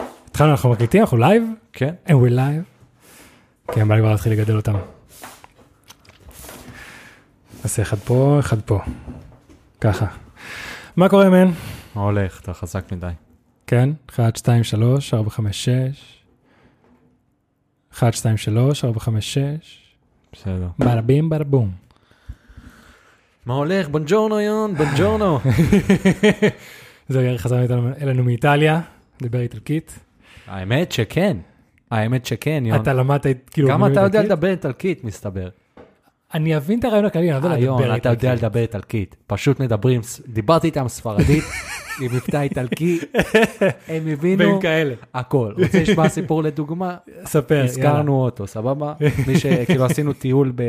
התחלנו, אנחנו מקליטים, אנחנו לייב, כן. and we're live. כן, בא לי כבר להתחיל לגדל אותם. נעשה אחד פה, אחד פה. ככה. מה קורה, מן? מה הולך? אתה חזק מדי. כן, 1, 2, 3, 4, 5, 6. 1, 2, 3, 4, 5, 6. בסדר. בלה בים, בלה בום. מה הולך? בונג'ורנו יון, בונג'ורנו. זהו, ירי חזר איתנו- אלינו מאיטליה, דיבר איטלקית. האמת שכן. האמת שכן, יון. אתה למדת, אית- כאילו... גם אתה יודע איטלקית? לדבר איטלקית, מסתבר. אני אבין את הרעיון הכללי, אני לא יודע אה, לדבר יון, אתה איטלקית. יודע לדבר איטלקית. פשוט מדברים, ס- דיברתי איתם ספרדית, עם מבטא איטלקי, הם הבינו והם כאלה. הכל. רוצה לשמוע סיפור לדוגמה? ספר, יאללה. הזכרנו אותו, סבבה? מי שכאילו עשינו טיול ב...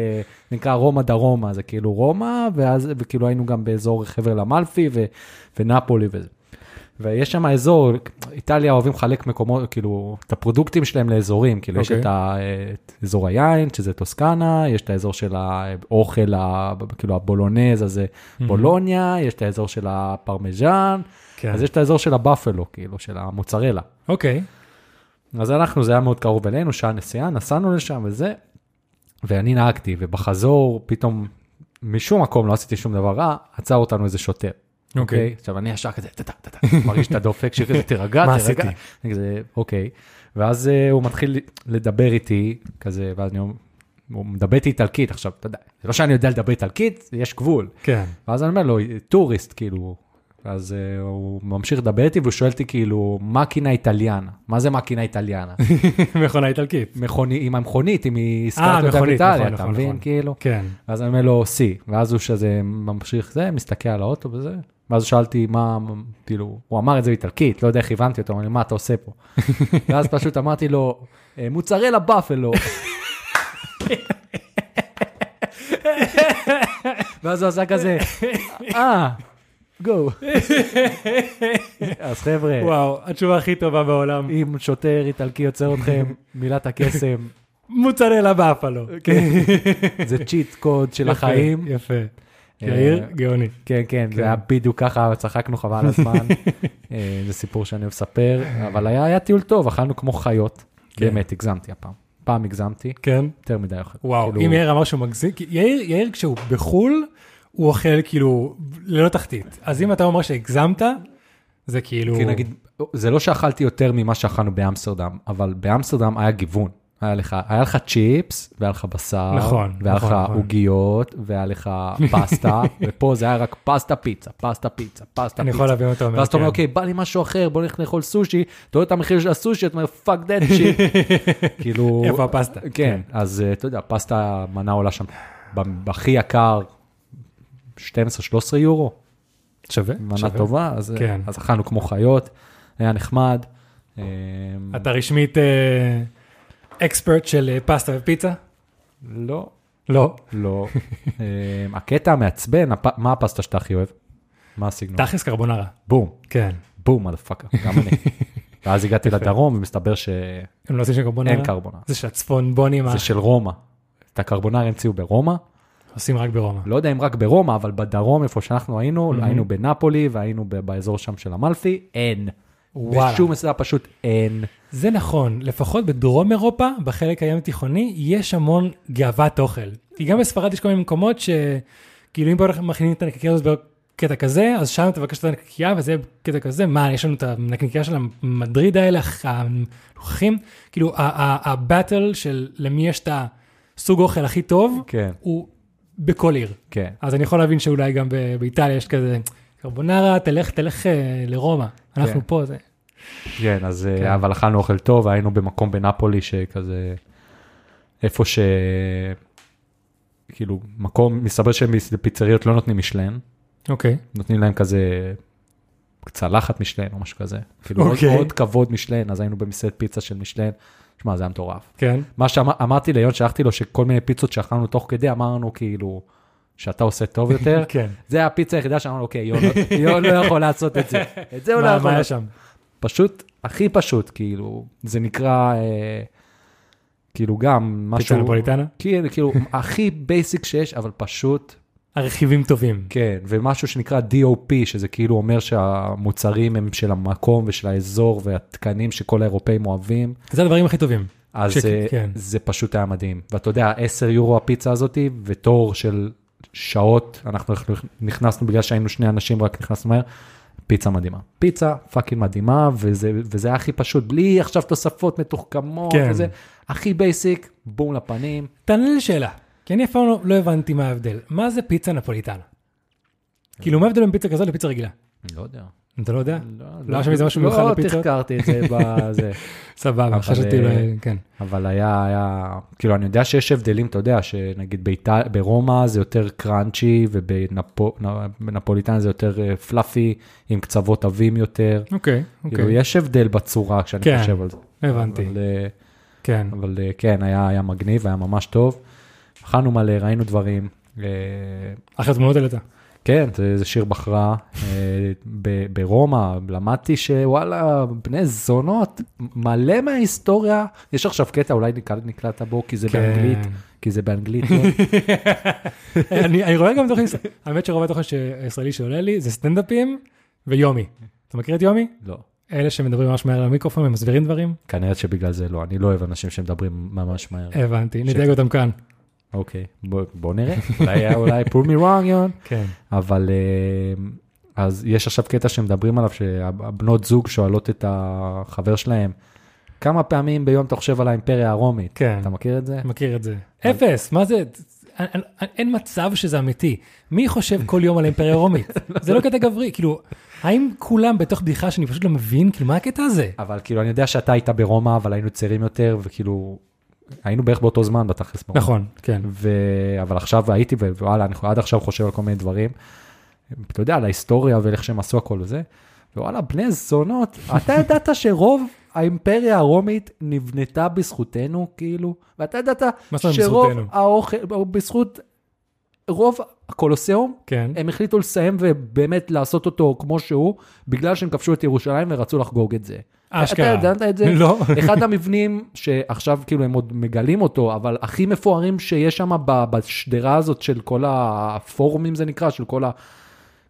נקרא רומא דרומה, זה כאילו רומא, ואז וכאילו היינו גם באזור חבר למלפי ו... ונפולי וזה. ויש שם אזור, איטליה אוהבים לחלק מקומות, כאילו, את הפרודוקטים שלהם לאזורים, כאילו, okay. יש אוקיי. את, ה... את אזור היין, שזה טוסקנה, יש את האזור של האוכל, ה... כאילו הבולונז, אז זה בולוניה, יש את האזור של הפרמיז'ן, כן. אז יש את האזור של הבאפלו, כאילו, של המוצרלה. אוקיי. אז אנחנו, זה היה מאוד קרוב אלינו, שעה נסיעה, נסענו לשם וזה, ואני נהגתי, ובחזור פתאום, משום מקום, לא עשיתי שום דבר רע, עצר אותנו איזה שוטר. אוקיי. עכשיו, אני ישר כזה, טה-טה, טה-טה, מרגיש את הדופק, שכזה, תירגע, מה תירגע. עשיתי? אני כזה, אוקיי. ואז אה, הוא מתחיל לדבר איתי, כזה, ואז אני אומר, הוא מדבר איתי איטלקית, עכשיו, אתה יודע, זה לא שאני יודע לדבר איטלקית, יש גבול. כן. ואז אני אומר לו, טוריסט, כאילו. אז uh, הוא ממשיך לדבר איתי והוא שואל אותי כאילו, מקינה איטליאנה? מה זה מקינה איטליאנה? מכונה איטלקית. מכוני, עם המכונית, אם היא אה, הזכרת אותה מכונית, באיטליה, נכון, אתה נכון, מבין? נכון. כאילו. כן. אז אני אומר לו, סי, ואז הוא שזה ממשיך זה, מסתכל על האוטו וזה. ואז שאלתי מה, כאילו, הוא אמר את זה באיטלקית, לא יודע איך הבנתי אותו, אמרתי, מה אתה עושה פה? ואז פשוט אמרתי לו, "אה, מוצרלה באפלו. ואז הוא עשה כזה, אה, גו. אז חבר'ה, וואו, התשובה הכי טובה בעולם. אם שוטר איטלקי עוצר אתכם, מילת הקסם, מוצרלה באפלו. כן. זה צ'יט קוד של יפה, החיים. יפה. אה, יאיר, גאוני. כן, כן, זה היה בדיוק ככה, צחקנו חבל על הזמן. אה, זה סיפור שאני אוהב לספר, אבל היה היה טיול טוב, אכלנו כמו חיות. כן. באמת, הגזמתי הפעם. פעם הגזמתי, כן. יותר מדי אוכל. וואו, כאילו, אם יאיר אמר שהוא מגזים, כי יאיר, יאיר כשהוא בחול, הוא אוכל כאילו ללא תחתית. אז אם אתה אומר שהגזמת, זה כאילו... כי נגיד, זה לא שאכלתי יותר ממה שאכלנו באמסטרדם, אבל באמסטרדם היה גיוון. היה לך, היה לך צ'יפס, והיה לך בשר, נכון, והיה נכון, לך נכון. עוגיות, והיה לך פסטה, ופה זה היה רק פסטה פיצה, פסטה פיצה, פסטה אני פיצה. יכול להבין אותו. אומר, ואז אתה אומר, כן. אוקיי, בא לי משהו אחר, בוא נלך לאכול סושי, אתה רואה את המחיר של הסושי, אתה אומר, פאק דאט שיט. כאילו... איפה הפסטה? כן, אז אה, אתה יודע, פסטה מנה עולה שם ב- בהכי יקר, 12-13 יורו, שווה? "אוקיי, מנה שווה. טובה, אז אה, כן. אז אכלנו כמו חיות, היה נחמד. אה, אתה רשמית אקספרט של אה, פסטה ופיצה? לא, לא. לא. אה, הקטע המעצבן, הפ- מה הפסטה שאתה הכי אוהב? מה הסגנון? תכלס קרבונרה. בום, כן. בום, מלאפאקה, גם אני. ואז הגעתי לדרום ומסתבר שאין הם לא עושים שם קרבונרה? קרבונה. זה של הצפונבונים, זה של רומא. את הקרבונר המציאו ברומא, עושים רק ברומא. לא יודע אם רק ברומא, אבל בדרום, איפה שאנחנו היינו, Mhm. היינו בנפולי והיינו ב- באזור שם של אמלפי, אין. וואלה. בשום מסעדה פשוט אין. זה נכון, לפחות בדרום אירופה, בחלק הים התיכוני, יש המון גאוות אוכל. כי גם בספרד יש כל מיני מקומות שכאילו אם פה מכינים את הנקניקייה הזאת בקטע כזה, אז שם תבקש את הנקניקייה וזה יהיה בקטע כזה, מה, יש לנו את הנקניקייה של המדריד האלה, הח- הנוכחים, כאילו הבטל של למי יש את הסוג אוכל הכי טוב, כן, הוא בכל עיר. כן. אז אני יכול להבין שאולי גם ב- באיטליה יש כזה, קרבונרה, תלך, תלך אה, לרומא, אנחנו כן. פה, זה... כן, אז אה, כן. אבל אכלנו אוכל טוב, היינו במקום בנפולי שכזה, איפה ש... כאילו, מקום, מסתבר שפיצריות לא נותנים משלן, אוקיי. נותנים להם כזה צלחת משלן או משהו כזה. כאילו, עוד- אוקיי. עוד כבוד משלן, אז היינו במסעדת פיצה של משלן. שמע, זה היה מטורף. כן. מה שאמרתי ליון, שלחתי לו שכל מיני פיצות שאכלנו תוך כדי, אמרנו כאילו, שאתה עושה טוב יותר. כן. זה הפיצה היחידה שאמרנו, אוקיי, יון לא- יון לא יכול לעשות את זה. את זה הוא לא מה יכול מה היה לעשות. שם? פשוט, הכי פשוט, כאילו, זה נקרא, אה, כאילו גם משהו... פיצה נפוליטנה? כן, כאילו, הכי בייסיק שיש, אבל פשוט הרכיבים טובים. כן, ומשהו שנקרא DOP, שזה כאילו אומר שהמוצרים הם של המקום ושל האזור והתקנים שכל האירופאים אוהבים, זה הדברים הכי טובים. אז שכן, זה, כן. זה פשוט היה מדהים. ואתה יודע, 10 יורו הפיצה הזאתי, ותור של שעות, אנחנו נכנסנו בגלל שהיינו שני אנשים, רק נכנסנו מהר. פיצה מדהימה. פיצה פאקינג מדהימה, וזה, וזה היה הכי פשוט, בלי עכשיו תוספות מתוחכמות, כן. כן. וזה, הכי בייסיק, בום לפנים. תענה לי שאלה, כי אני אף פעם לא- לא הבנתי מה ההבדל. מה זה פיצה נפוליטנה? כאילו, מה ההבדל בין פיצה כזאת לפיצה רגילה? לא יודע. אתה לא יודע? לא, היה שם איזה משהו מיוחד לפיצות? לא תחקרתי את זה בזה. סבבה, אבל, חשבתי אה, אולי, כן. אבל היה, היה, כאילו, אני יודע שיש הבדלים, אתה יודע, שנגיד באיטל, ברומא זה יותר קראנצ'י, ובנפוליטן זה יותר אה, פלאפי, עם קצוות עבים יותר. אוקיי, כאילו, אוקיי, יש הבדל בצורה כשאני כן, חושב על זה. הבנתי, אבל, אה, כן. אבל אה, כן, היה, היה מגניב, היה ממש טוב. אכלנו מלא, ראינו דברים. אה, אחרי תמונות העלית. כן, זה, זה שיר בחרה. אה, ב- ברומא למדתי שוואלה, בני זונות, מלא מההיסטוריה. יש עכשיו קטע, אולי נקל- נקלעת בו, כי זה כן. באנגלית, כי זה באנגלית. לא? אני אני רואה גם תוכן, ישראל- האמת שרוב התוכן ש- הישראלי שעולה לי זה סטנדאפים ויומי. אתה מכיר את יומי? לא. אלה שמדברים ממש מהר למיקרופון ומסבירים דברים? כנראה שבגלל זה לא, אני לא אוהב אנשים שמדברים ממש מהר. הבנתי, שכן. נדאג אותם כאן. אוקיי, בוא, בוא נראה, אולי, אולי prove me wrong, יון. כן. אבל אה, אז יש עכשיו קטע שמדברים עליו, שהבנות זוג שואלות את החבר שלהם, כמה פעמים ביום אתה חושב על האימפריה הרומית? כן. אתה מכיר את זה? מכיר את זה. אפס, מה זה? אין- אין- אין מצב שזה אמיתי. מי חושב כל יום על האימפריה הרומית? זה לא קטע גברי, כאילו, האם כולם בתוך בדיחה שאני פשוט לא מבין, כאילו, מה הקטע הזה? אבל כאילו, אני יודע שאתה היית ברומא, אבל היינו צעירים יותר, וכאילו, היינו בערך באותו זמן בתכלס. ברומא. נכון, כן. ו... אבל עכשיו הייתי, ו- ווואלה, אני עד עכשיו חושב על כל מיני דברים. אתה יודע, על ההיסטוריה ואיך שהם עשו הכל וזה. ווואלה, בני זונות, אתה ידעת שרוב האימפריה הרומית נבנתה בזכותנו, כאילו? ואתה ידעת מה זאת אומרת שרוב בזכותנו? האוכל, או בזכות רוב הקולוסיאום, כן. הם החליטו לסיים ובאמת לעשות אותו כמו שהוא, בגלל שהם כבשו את ירושלים ורצו לחגוג את זה. אשכרה. אתה ידעת את זה? לא. אחד המבנים שעכשיו כאילו הם עוד מגלים אותו, אבל הכי מפוארים שיש שם ב- בשדרה הזאת של כל הפורומים זה נקרא, של כל ה...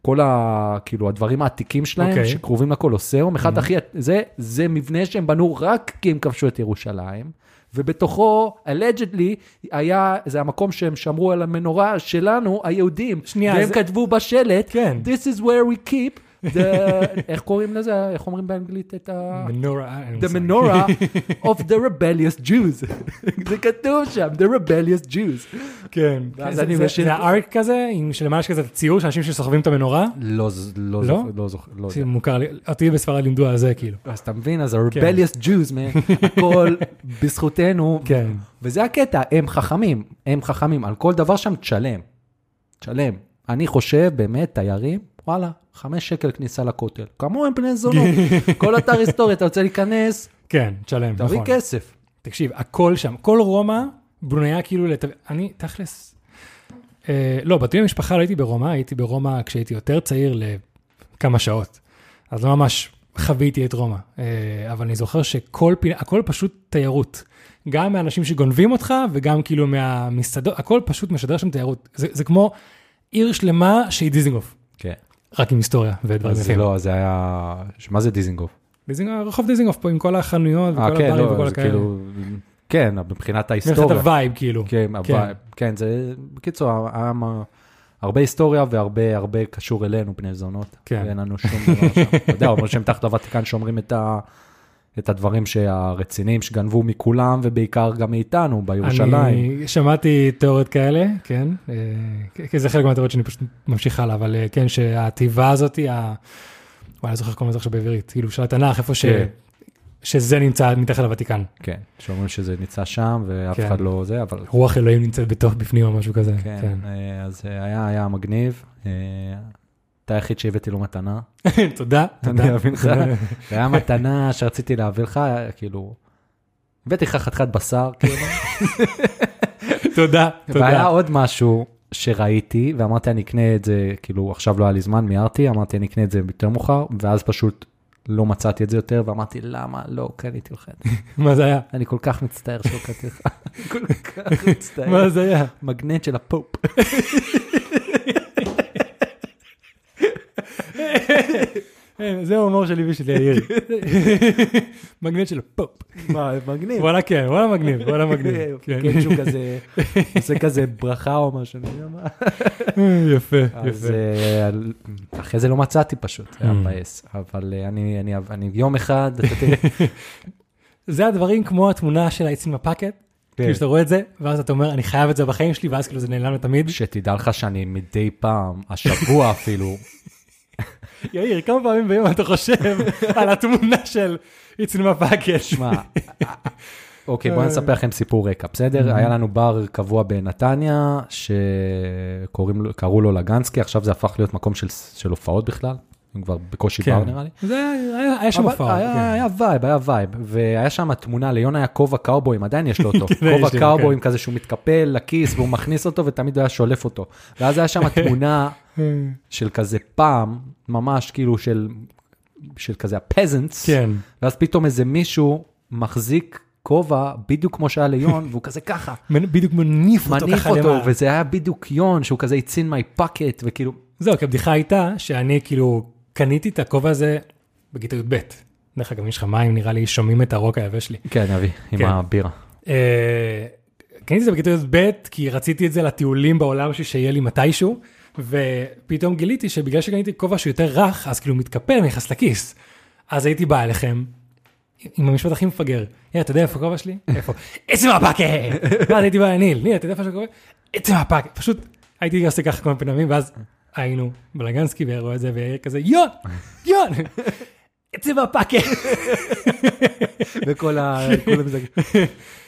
כל ה... כאילו הדברים העתיקים שלהם, okay. אוקיי. Mm-hmm. שקרובים לקולוסיאום, אחד הכי... זה, זה מבנה שהם בנו רק כי הם כבשו את ירושלים, ובתוכו, allegedly, היה, זה המקום שהם שמרו על המנורה שלנו, היהודים, שנייה, והם זה- כתבו בשלט, כן. This is where we keep, the... איך קוראים לזה, איך אומרים באנגלית את ה... מנורה, אה, אין לי the מושג. menorah of the rebellious Jews. זה כתוב שם, the rebellious Jews. כן. ואז זה- אני זה- משאיר- זה הארק כזה, עם שלמעלה יש כזה ציור של אנשים שסוחבים את המנורה. לא, ז- לא, לא? זוכ- לא זוכר, לא זה יודע. מוכר לי, אותי בספרד לימדו על זה, כאילו. אז אתה מבין, אז ה-rebellious Jews, man, הכל בזכותנו. כן. וזה הקטע, הם חכמים, הם חכמים, על כל דבר שם תשלם. תשלם. אני חושב, באמת, תיירים, וואלה, חמש שקל כניסה לכותל. כמוהם בני זונות. כל אתר היסטורי, אתה רוצה להיכנס, כן, תשלם, תביא נכון. כסף. תקשיב, הכל שם, כל רומא בנויה כאילו, לת... אני תכלס, אה, לא, בטיול עם המשפחה לא הייתי ברומא, הייתי ברומא כשהייתי יותר צעיר לכמה שעות. אז לא ממש חוויתי את רומא, אה, אבל אני זוכר שכל פינה, הכל פשוט תיירות. גם מהאנשים שגונבים אותך וגם כאילו מהמסעדות, הכל פשוט משדר שם תיירות. זה, זה כמו עיר שלמה שהיא דיזינגוף, כן. רק עם היסטוריה ודברים אז יפים. לא, זה היה... מה זה דיזינגוף? דיזינגוף, רחוב דיזינגוף פה עם כל החנויות וכל אה, כן, הברים לא, וכל זה הכאלה. כאילו... כאילו, כן, מבחינת מבחינת ההיסטוריה. הווייב כאילו. כן, כן. אבל- כן, זה, בקיצור, העם, ה- הרבה היסטוריה והרבה הרבה קשור אלינו, בני זונות. כן. אין לנו שום דבר שם. אתה יודע, אומרים שהם תחת הוותיקן שומרים את ה... את הדברים שהרציניים שגנבו מכולם ובעיקר גם מאיתנו בירושלים. אני שמעתי תיאוריות כאלה, כן, אה, כי- כי זה חלק מהתיאוריות שאני פשוט ממשיך הלאה, אבל אה, כן, שהתיבה הזאתי, ה- וואי, אני לא זוכר איך קוראים לזה עכשיו בעברית, כאילו של התנ"ך, איפה ש... כן. שזה נמצא מתחת לוותיקן, כן, שאומרים שזה נמצא שם ואף כן. אחד לא זה, אבל רוח אלוהים נמצאת בתוך בפנים או משהו כזה, כן, אה, אז אה, היה היה מגניב. אה, אתה היחיד שהבאתי לו מתנה. כן. תודה, תודה. אני אבין לך. זה היה מתנה שרציתי להביא לך, כאילו, הבאתי לך חתיכת בשר, כאילו. תודה, והיה תודה. עוד משהו שראיתי, ואמרתי אני אקנה את זה, כאילו, עכשיו לא היה לי זמן, מיהרתי, אמרתי אני אקנה את זה יותר מאוחר, ואז פשוט לא מצאתי את זה יותר, ואמרתי למה לא קניתי לך את זה. מה זה היה? אני כל כך מצטער שלא קניתי לך. כל כך מצטער. מה זה היה? מגנט של הפופ. אה, כן, זה ההומור שלי ושל יאיר. כן. מגנט של פופ. מה, מגניב. וואלה כן, וואלה מגניב, וואלה מגניב. כן. כן, שהוא כזה, עושה כזה ברכה או משהו, אני יודע מה. יפה, אז יפה. אה, על- אחרי זה לא מצאתי פשוט, היה Mm. מבאס. אבל אה, אני- אני- אני יום אחד, אתה כן. תראה, זה הדברים כמו התמונה של ה-It's in my pocket, כן. כאילו שאתה רואה את זה, ואז אתה אומר, אני חייב את זה בחיים שלי, ואז כאילו זה נעלם לתמיד. שתדע לך שאני מדי פעם, השבוע אפילו, יאיר, כמה פעמים ביום אתה חושב על התמונה של It's in my pocket? שמע, אוקיי, אה. בוא נספר לכם סיפור רקע, בסדר? Mm-hmm. היה לנו בר קבוע בנתניה, שקראו לו לגנסקי, עכשיו זה הפך להיות מקום של- של הופעות בכלל, הוא כבר בקושי כן. בר נראה לי. זה היה- היה שם אבל הופעה. היה- כן. היה וייב, היה וייב, והיה שם תמונה, ליונה היה כובע קאובויים, עדיין יש לו אותו. יש לי, כובע כן. קאובויים כזה שהוא מתקפל לכיס והוא מכניס אותו ותמיד היה שולף אותו. ואז היה שם תמונה כן. של כזה פעם, ממש כאילו של, של כזה הפזנטס, כן. ואז פתאום איזה מישהו מחזיק כובע בדיוק כמו שהיה ליון, והוא כזה ככה, מנ- בדיוק מניף אותו מניף ככה אותו, למעלה. וזה היה בדיוק יון, שהוא כזה it's in my pocket, וכאילו, זהו, כי הבדיחה הייתה שאני כאילו קניתי את הכובע הזה בכיתה י"ב. דרך אגב, אם יש לך מים, נראה לי שומעים את הרוק היבש לי. כן, אבי, עם כן. הבירה. אה, קניתי את זה בכיתה י"ב, כי רציתי את זה לטיולים בעולם שלי, שיהיה לי מתישהו, ופתאום גיליתי שבגלל שקניתי כובע שהוא יותר רך, אז כאילו הוא מתקפל, נכנס לכיס. אז הייתי בא אליכם, עם המשפט הכי מפגר, "היי, אתה יודע איפה הכובע שלי? איפה? עצם הפאקר! ואז הייתי בא לניל, ניל, אתה יודע איפה שהכובע? עצם הפאקר! פשוט הייתי עושה ככה כמה פעמים, ואז היינו בלגנסקי והיה רואה את זה, והיה כזה, יון! יון! עצם הפאקר! וכל ה... כולם זה...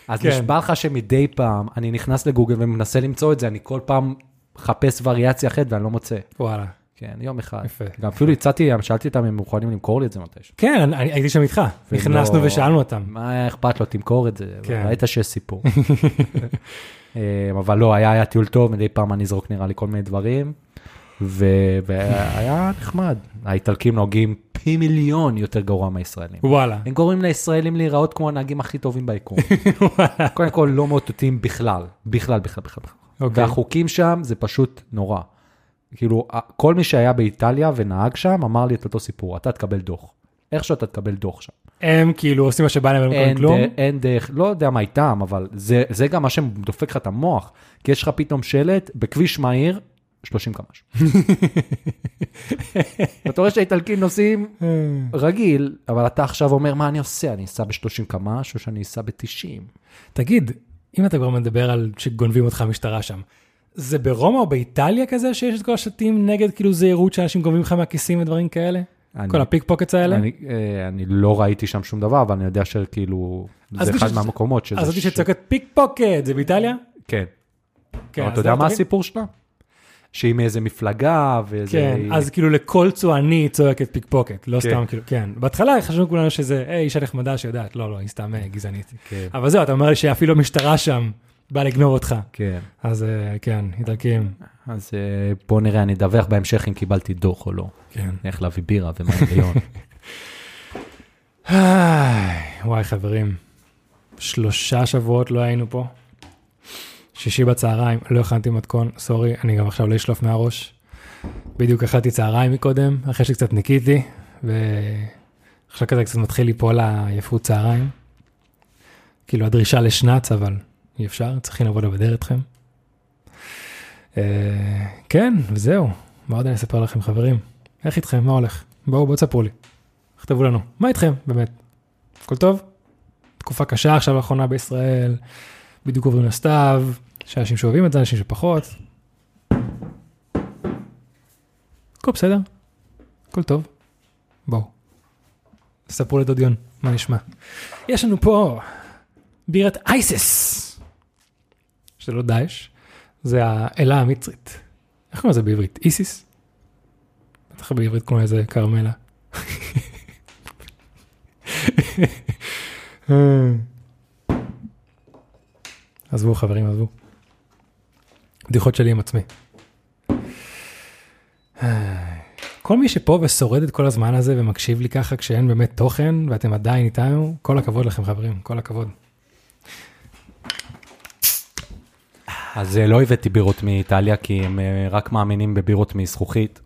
אז כן. נשבע לך שמדי פעם אני נכנס לגוגל ומנסה למצוא את זה, אני כל פעם מחפש וריאציה אחרת ואני לא מוצא. וואלה. כן, יום אחד. יפה. גם אפילו הצעתי, שאלתי אותם אם הם מוכנים למכור לי את זה מתישהו. כן, אני- אני- הייתי שם איתך, נכנסנו ולא- ושאלנו אותם. מה היה אכפת לו, תמכור את זה, כן. ראית שיש סיפור. אמ, אבל לא, היה, היה טיול טוב, מדי פעם אני אזרוק נראה לי כל מיני דברים, ו- והיה נחמד. האיטלקים נוהגים פי מיליון יותר גרוע מהישראלים. וואלה. הם גורמים לישראלים להיראות כמו הנהגים הכי טובים ביקום. קודם כל, לא מאותתים בכלל, בכלל, בכלל, בכלל. אוקיי. והחוקים שם זה פשוט נורא. כאילו, ה- כל מי שהיה באיטליה ונהג שם, אמר לי את אותו סיפור, אתה תקבל דוח. איכשהו אתה תקבל דוח שם. הם כאילו עושים מה שבא להם ולא מקבלים אין, כלום. ד- אין דרך, לא יודע מה איתם, אבל זה, זה גם מה שדופק לך את המוח. כי יש לך פתאום שלט בכביש מהיר, 30 קמ"ש. ואתה רואה שהאיטלקים נוסעים רגיל, אבל אתה עכשיו אומר, מה אני עושה? אני אסע ב-30 קמ"ש או שאני אסע ב-90? תגיד, אם אתה כבר מדבר על שגונבים אותך המשטרה שם, זה ברומא או באיטליה כזה שיש את כל השלטים נגד כאילו זהירות שאנשים גונבים לך מהכיסים ודברים כאלה? אני- כל הפיק פוקטס האלה? אני, אה, אני לא ראיתי שם שום דבר, אבל אני יודע שכאילו, אז זה מי אחד ש- מהמקומות שזה... אז זאת ש- שצועקת פיק פוקט, זה באיטליה? כן. כן, אבל אתה אז יודע לא מה תבין. הסיפור שלה? שהיא מאיזה מפלגה, ואיזה... כן, אז כאילו לכל צועני היא צועקת פיק פוקט, לא כן. סתם כאילו, כן. בהתחלה חשבנו כולנו שזה, היי, אישה נחמדה שיודעת, לא, לא, היא סתם אה, גזענית. כן. אבל זהו, אתה אומר לי שאפילו המשטרה שם באה לגנוב אותך. כן. אז אה, כן, איטלקים, אז אה, בוא נראה, אני אדווח בהמשך אם קיבלתי דוח או לא. כן. איך להביא בירה ומה לא. ההיגיון. היי, וואי חברים, שלושה שבועות לא היינו פה. שישי בצהריים, לא הכנתי מתכון, סורי, אני גם עכשיו לא אשלוף מהראש. בדיוק אכלתי צהריים מקודם, אחרי שקצת ניקיתי, ועכשיו כזה קצת מתחיל ליפול העייפות צהריים. כאילו הדרישה לשנץ, אבל אי אפשר, צריכים לבוא לבדר אתכם. אה, כן, וזהו, מה עוד אני אספר לכם חברים? איך איתכם, מה הולך? בואו, בואו תספרו לי. תכתבו לנו, מה איתכם, באמת? הכל טוב? תקופה קשה עכשיו לאחרונה בישראל, בדיוק עוברים לסתיו, יש אנשים שאוהבים את זה, אנשים שפחות. הכל בסדר? הכל טוב? בואו. ספרו לדוד יון, מה נשמע? יש לנו פה בירת אייסס, שזה לא דאעש, זה האלה המצרית. איך קוראים לזה בעברית? איסיס? בטח בעברית קוראים לזה כרמלה. אה. עזבו חברים, עזבו. בדיחות שלי עם עצמי. כל מי שפה ושורד את כל הזמן הזה ומקשיב לי ככה כשאין באמת תוכן ואתם עדיין איתנו, כל הכבוד לכם חברים, כל הכבוד. אז אה, אה, לא הבאתי בירות מאיטליה, כי הם אה, רק מאמינים בבירות מזכוכית.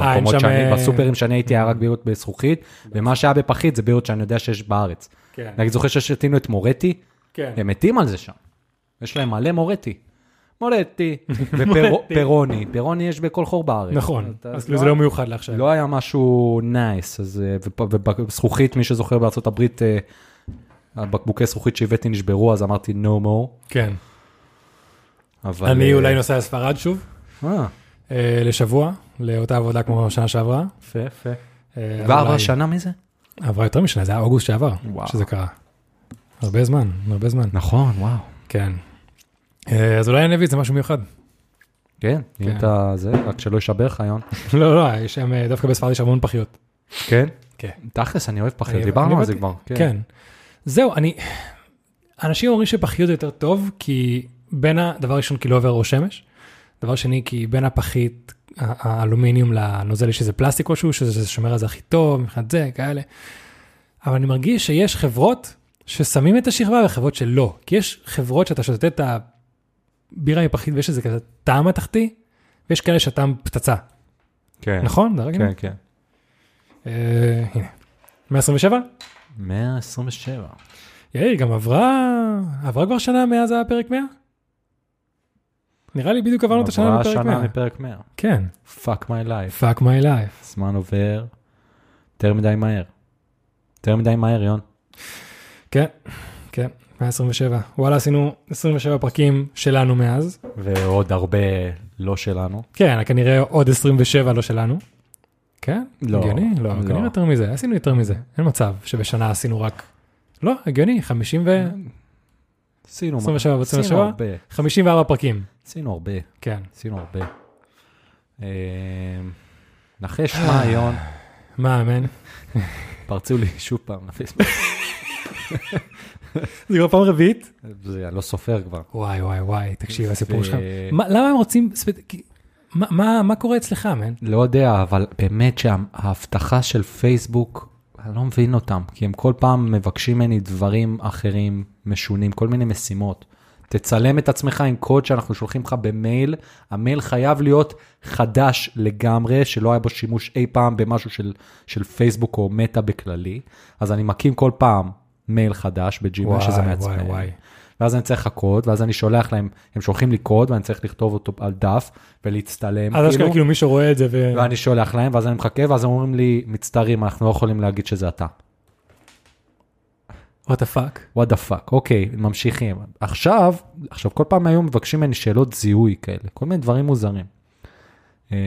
אה, אין שם, במקומות שאני, אה, בסופרים שאני הייתי היה רק בירות בזכוכית, ומה שהיה בפחית זה בירות שאני יודע שיש בארץ. כן. נגיד זוכר ששתינו את מורטי, כן. הם מתים על זה שם. יש להם מלא מורטי. מולטי, ופירוני, פירוני יש בכל חור בארץ. נכון, אתה- אז כאילו זה לא מיוחד לעכשיו. לא היה משהו נייס, אז אה, ופ- ובזכוכית, מי שזוכר בארצות הברית, אה, הבקבוקי זכוכית שהבאתי נשברו, אז אמרתי no more. כן. אבל... אני אה, אולי נוסע לספרד שוב, אה, אה, לשבוע, לאותה עבודה כמו שנה שעברה. יפה, יפה. אה, כבר עברה אולי- שנה מזה? עברה יותר משנה, זה היה אוגוסט שעבר, וואו. שזה קרה. הרבה זמן, הרבה זמן. נכון, וואו. כן. אה, אז אולי אני אביא את זה משהו מיוחד. כן, אם כן. אתה זה, רק שלא ישבר לך, יון. לא, לא, יש שם, אה, דווקא בספרד יש המון פחיות. כן? כן. תכלס, אני אוהב פחיות, אני- דיברנו אני על זה כבר. הבנתי. כן. זהו, אני... אנשים אומרים שפחיות זה יותר טוב, כי בין ה... דבר ראשון, כי לא עובר אור שמש. דבר שני, כי בין הפחית, ה- האלומיניום לנוזל יש איזה פלסטיק כלשהו, שזה שומר על זה הכי טוב, מבחינת זה, כאלה. אבל אני מרגיש שיש חברות ששמים את השכבה וחברות שלא. כי יש חברות שאתה שותה את הבירה מפחית ויש איזה כזה טעם מתחתי, ויש כאלה שהטעם פצצה. כן, נכון? זה רק כן, כן. אה, הנה. 127? 127. יאיר, גם עברה, עברה כבר שנה מאז הפרק 100? נראה לי בדיוק עברנו את השנה עברה בפרק 100. שנה מפרק 100. כן. fuck my life. fuck my life. זמן עובר יותר מדי מהר. יותר מדי מהר, יון. כן, כן, 127. וואלה, עשינו 27 פרקים שלנו מאז. ועוד הרבה לא שלנו. כן, כנראה עוד 27 לא שלנו. כן? לא, הגיוני? לא, לא. כנראה יותר מזה, עשינו יותר מזה. אין מצב שבשנה עשינו רק... לא, הגיוני, 50 ו... עשינו 27 עשינו ו-27? הרבה, 54 פרקים. עשינו הרבה, כן. עשינו הרבה. אה, נחש מה, יון, מה, אמן? פרצו לי שוב פעם לפייסבוק. זה כבר פעם רביעית? זה- אני לא סופר כבר. וואי, וואי, וואי, תקשיב, ו- הסיפור שלך. מה- למה הם רוצים, ספ- כי- מה- מה מה קורה אצלך, מן? לא יודע, אבל באמת שההבטחה של פייסבוק, אני לא מבין אותם, כי הם כל פעם מבקשים ממני דברים אחרים, משונים, כל מיני משימות. תצלם את עצמך עם קוד שאנחנו שולחים לך במייל, המייל חייב להיות חדש לגמרי, שלא היה בו שימוש אי פעם במשהו של, של פייסבוק או מטא בכללי, אז אני מקים כל פעם מייל חדש בג'ימל, שזה מעצבן. וואי, וואי. ואז אני צריך לחכות, ואז אני שולח להם, הם שולחים לי קוד ואני צריך לכתוב אותו על דף ולהצטלם. אז אשכרה כאילו מישהו רואה את זה ו... ואני שולח להם, ואז אני מחכה, ואז הם אומרים לי, מצטערים, אנחנו לא יכולים להגיד שזה אתה. וואט דה פאק. וואט דה פאק, אוקיי, ממשיכים. עכשיו, עכשיו כל פעם היו מבקשים ממני שאלות זיהוי כאלה, כל מיני דברים מוזרים. אה,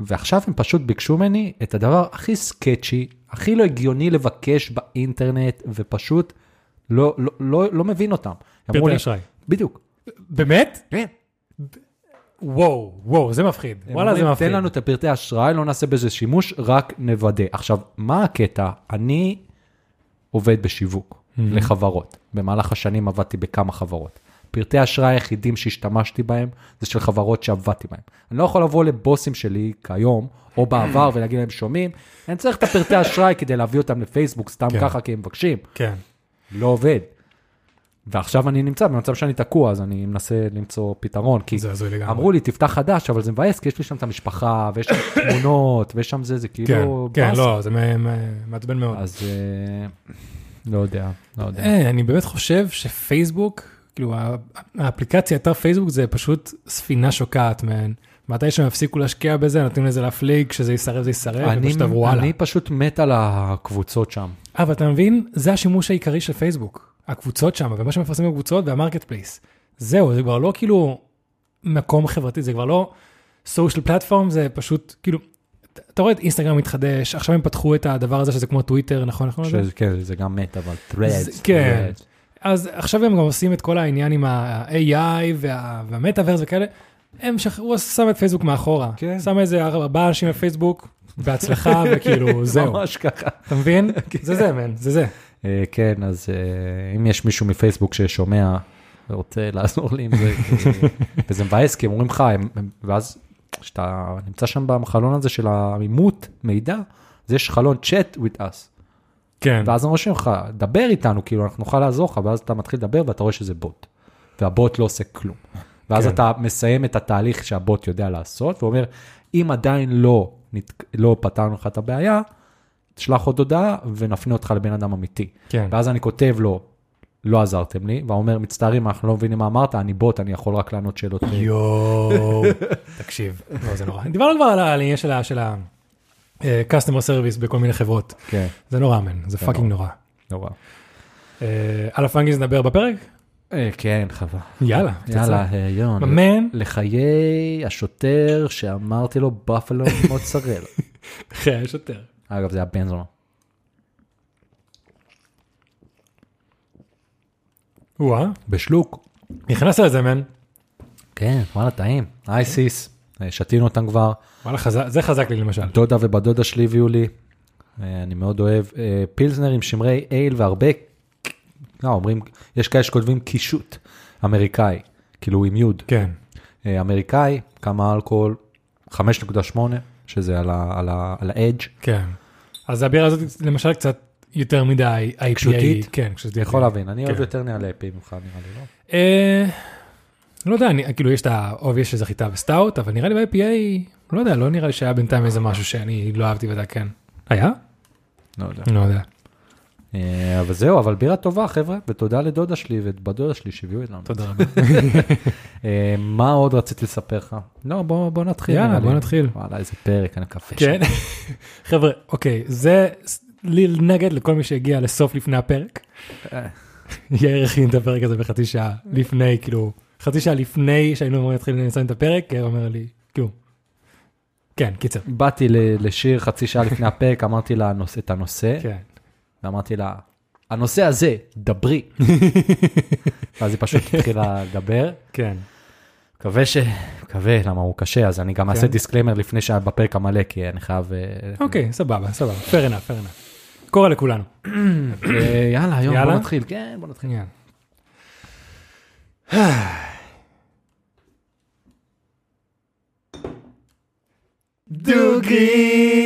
ועכשיו הם פשוט ביקשו ממני את הדבר הכי סקצ'י, הכי לא הגיוני לבקש באינטרנט, ופשוט לא, לא, לא, לא מבין אותם. הם אמרו פרטי לי- אשראי. בדיוק. באמת? כן. וואו, וואו, זה מפחיד. הם וואלה, זה אומרים, מפחיד. תן לנו את הפרטי אשראי, לא נעשה בזה שימוש, רק נוודא. עכשיו, מה הקטע? אני עובד בשיווק לחברות. במהלך השנים עבדתי בכמה חברות. פרטי האשראי היחידים שהשתמשתי בהם, זה של חברות שעבדתי בהם. אני לא יכול לבוא לבוסים שלי כיום, או בעבר, ולהגיד להם, שומעים, אני צריך את הפרטי האשראי כדי להביא אותם לפייסבוק, סתם כן. ככה, כי הם מבקשים. כן. לא עובד. ועכשיו אני נמצא במצב שאני תקוע, אז אני מנסה למצוא פתרון, כי זה הזוי לגמרי. אמרו לי, תפתח חדש, אבל זה מבאס, כי יש לי שם את המשפחה, ויש שם תמונות, ויש שם זה, זה כן, כאילו... כן, באסה. לא, זה מ- מ- מעצבן מאוד. אז אה, לא יודע, לא יודע. אה, אני באמת חושב שפייסבוק, כאילו ה- האפליקציה, אתר פייסבוק זה פשוט ספינה שוקעת, מן. מתי שהם יפסיקו להשקיע בזה, נותנים לזה להפליג, שזה יישרף, זה יישרף, אני, ופשוט עברו הלאה. אני פשוט מת על הקבוצות שם. אה, אבל אתה מבין, זה השימוש העיקרי של פייסבוק. הקבוצות שם, ומה שמפרסמים בקבוצות והמרקט פלייס. זהו, זה כבר לא כאילו מקום חברתי, זה כבר לא סושיאל פלטפורם, זה פשוט כאילו, ת- אתה רואה את אינסטגרם מתחדש, עכשיו הם פתחו את הדבר הזה שזה כמו טוויטר, נכון? נכון? ש... כן, זה גם מת, אבל זה- threads. כן. threads. אז עכשיו הם גם עושים את כל העניין עם ה-AI וה- והמטאוורס וכאלה. הם שכחו, הוא שם את פייסבוק מאחורה. כן. שם איזה ארבעה אנשים בפייסבוק, בהצלחה, וכאילו, כאילו, זהו. ממש כן. ככה. אתה מבין? זה זה, מן, זה זה. אה, כן, אז אה, אם יש מישהו מפייסבוק ששומע ורוצה לעזור לי עם זה, אה, וזה מבאס, כי הם אומרים לך, הם- הם- ואז כשאתה נמצא שם בחלון הזה של העימות מידע, אז יש חלון chat with us, כן. ואז הם רושמים לך, דבר איתנו, כאילו אנחנו נוכל לעזור לך, ואז אתה מתחיל לדבר ואתה רואה שזה בוט, והבוט לא עושה כלום. ואז כן. אתה מסיים את התהליך שהבוט יודע לעשות, ואומר, אם עדיין לא נת- לא פתרנו לך את הבעיה, תשלח עוד הודעה ונפנה אותך לבן אדם אמיתי. כן. ואז אני כותב לו, לא עזרתם לי, והוא אומר, מצטערים, אנחנו לא מבינים מה אמרת, אני בוט, אני יכול רק לענות שאלות. יואו, תקשיב, לא, זה נורא. דיברנו כבר על ה- על העניין של ה- של ה... אה, customer service בכל מיני חברות. כן, זה נורא מן, זה פאקינג נורא. נורא. אה, על הפאנגיז נדבר בפרק? אה, כן, חבל. יאללה, פצצה. יאללה, אה, יון. ממן, לחיי השוטר שאמרתי לו בפלו מוצרלה. חיי השוטר. אגב, זה היה בן זונה. וואה, בשלוק. נכנסת לזה מן. כן, וואלה, טעים. אייסיס, אה, שתינו אותם כבר. וואלה, חזק- זה חזק לי למשל. דודה ובת דודה שלי הביאו לי. אה, אני מאוד אוהב. אה, פילסנר עם שמרי אייל והרבה... לא, אומרים, יש כאלה שכותבים קישוט אמריקאי, כאילו עם יוד. כן. אה, אמריקאי, כמה אלכוהול, 5.8, שזה על ה- על ה- על ה-edge. כן. אז הבירה הזאת למשל קצת יותר מדי IPA. קשותית? כן, קשותית. יכול להבין, אני אוהב כן. יותר נעלי פי ממך, נראה לי, לא? אה, לא יודע, אני, כאילו יש את האובייס שזה חיטה וסטאוט, אבל נראה לי ב-IPA, לא יודע, לא נראה לי שהיה בינתיים איזה משהו שאני לא אהבתי ואתה כן. היה? לא יודע. לא יודע. אה, אבל זהו, אבל בירה טובה, חבר'ה, ותודה לדודה שלי ובת דודה שלי שהביאו אלינו. תודה רבה. אה, מה עוד רציתי לספר לך? לא, בוא בוא נתחיל. יאללה, נראה לי. בוא נתחיל. וואלה, איזה פרק, אני מקווה. כן. חבר'ה, אוקיי, זה ס- לי נגד לכל מי שהגיע לסוף לפני הפרק. אה. יאיר הכין את הפרק הזה בחצי שעה לפני, כאילו, חצי שעה לפני שהיינו אמורים להתחיל לנסיים את הפרק, יאיר אומר לי, כאילו, כן, קיצר. באתי ל- לשיר חצי שעה לפני הפרק, אמרתי לה הנוס- את הנושא, כן. ואמרתי לה, הנושא הזה, דברי. ואז היא פשוט התחילה לדבר. כן. מקווה ש... מקווה, למה הוא קשה, אז אני גם אעשה כן. דיסקליימר לפני שהיה בפרק המלא, כי אני חייב... אה, אוקיי, סבבה, סבבה, fair enough, fair enough. קורה לכולנו. אה, יאללה, היום בוא אוקיי. יאללה? נתחיל, כן, בוא נתחיל. כן. דוגרי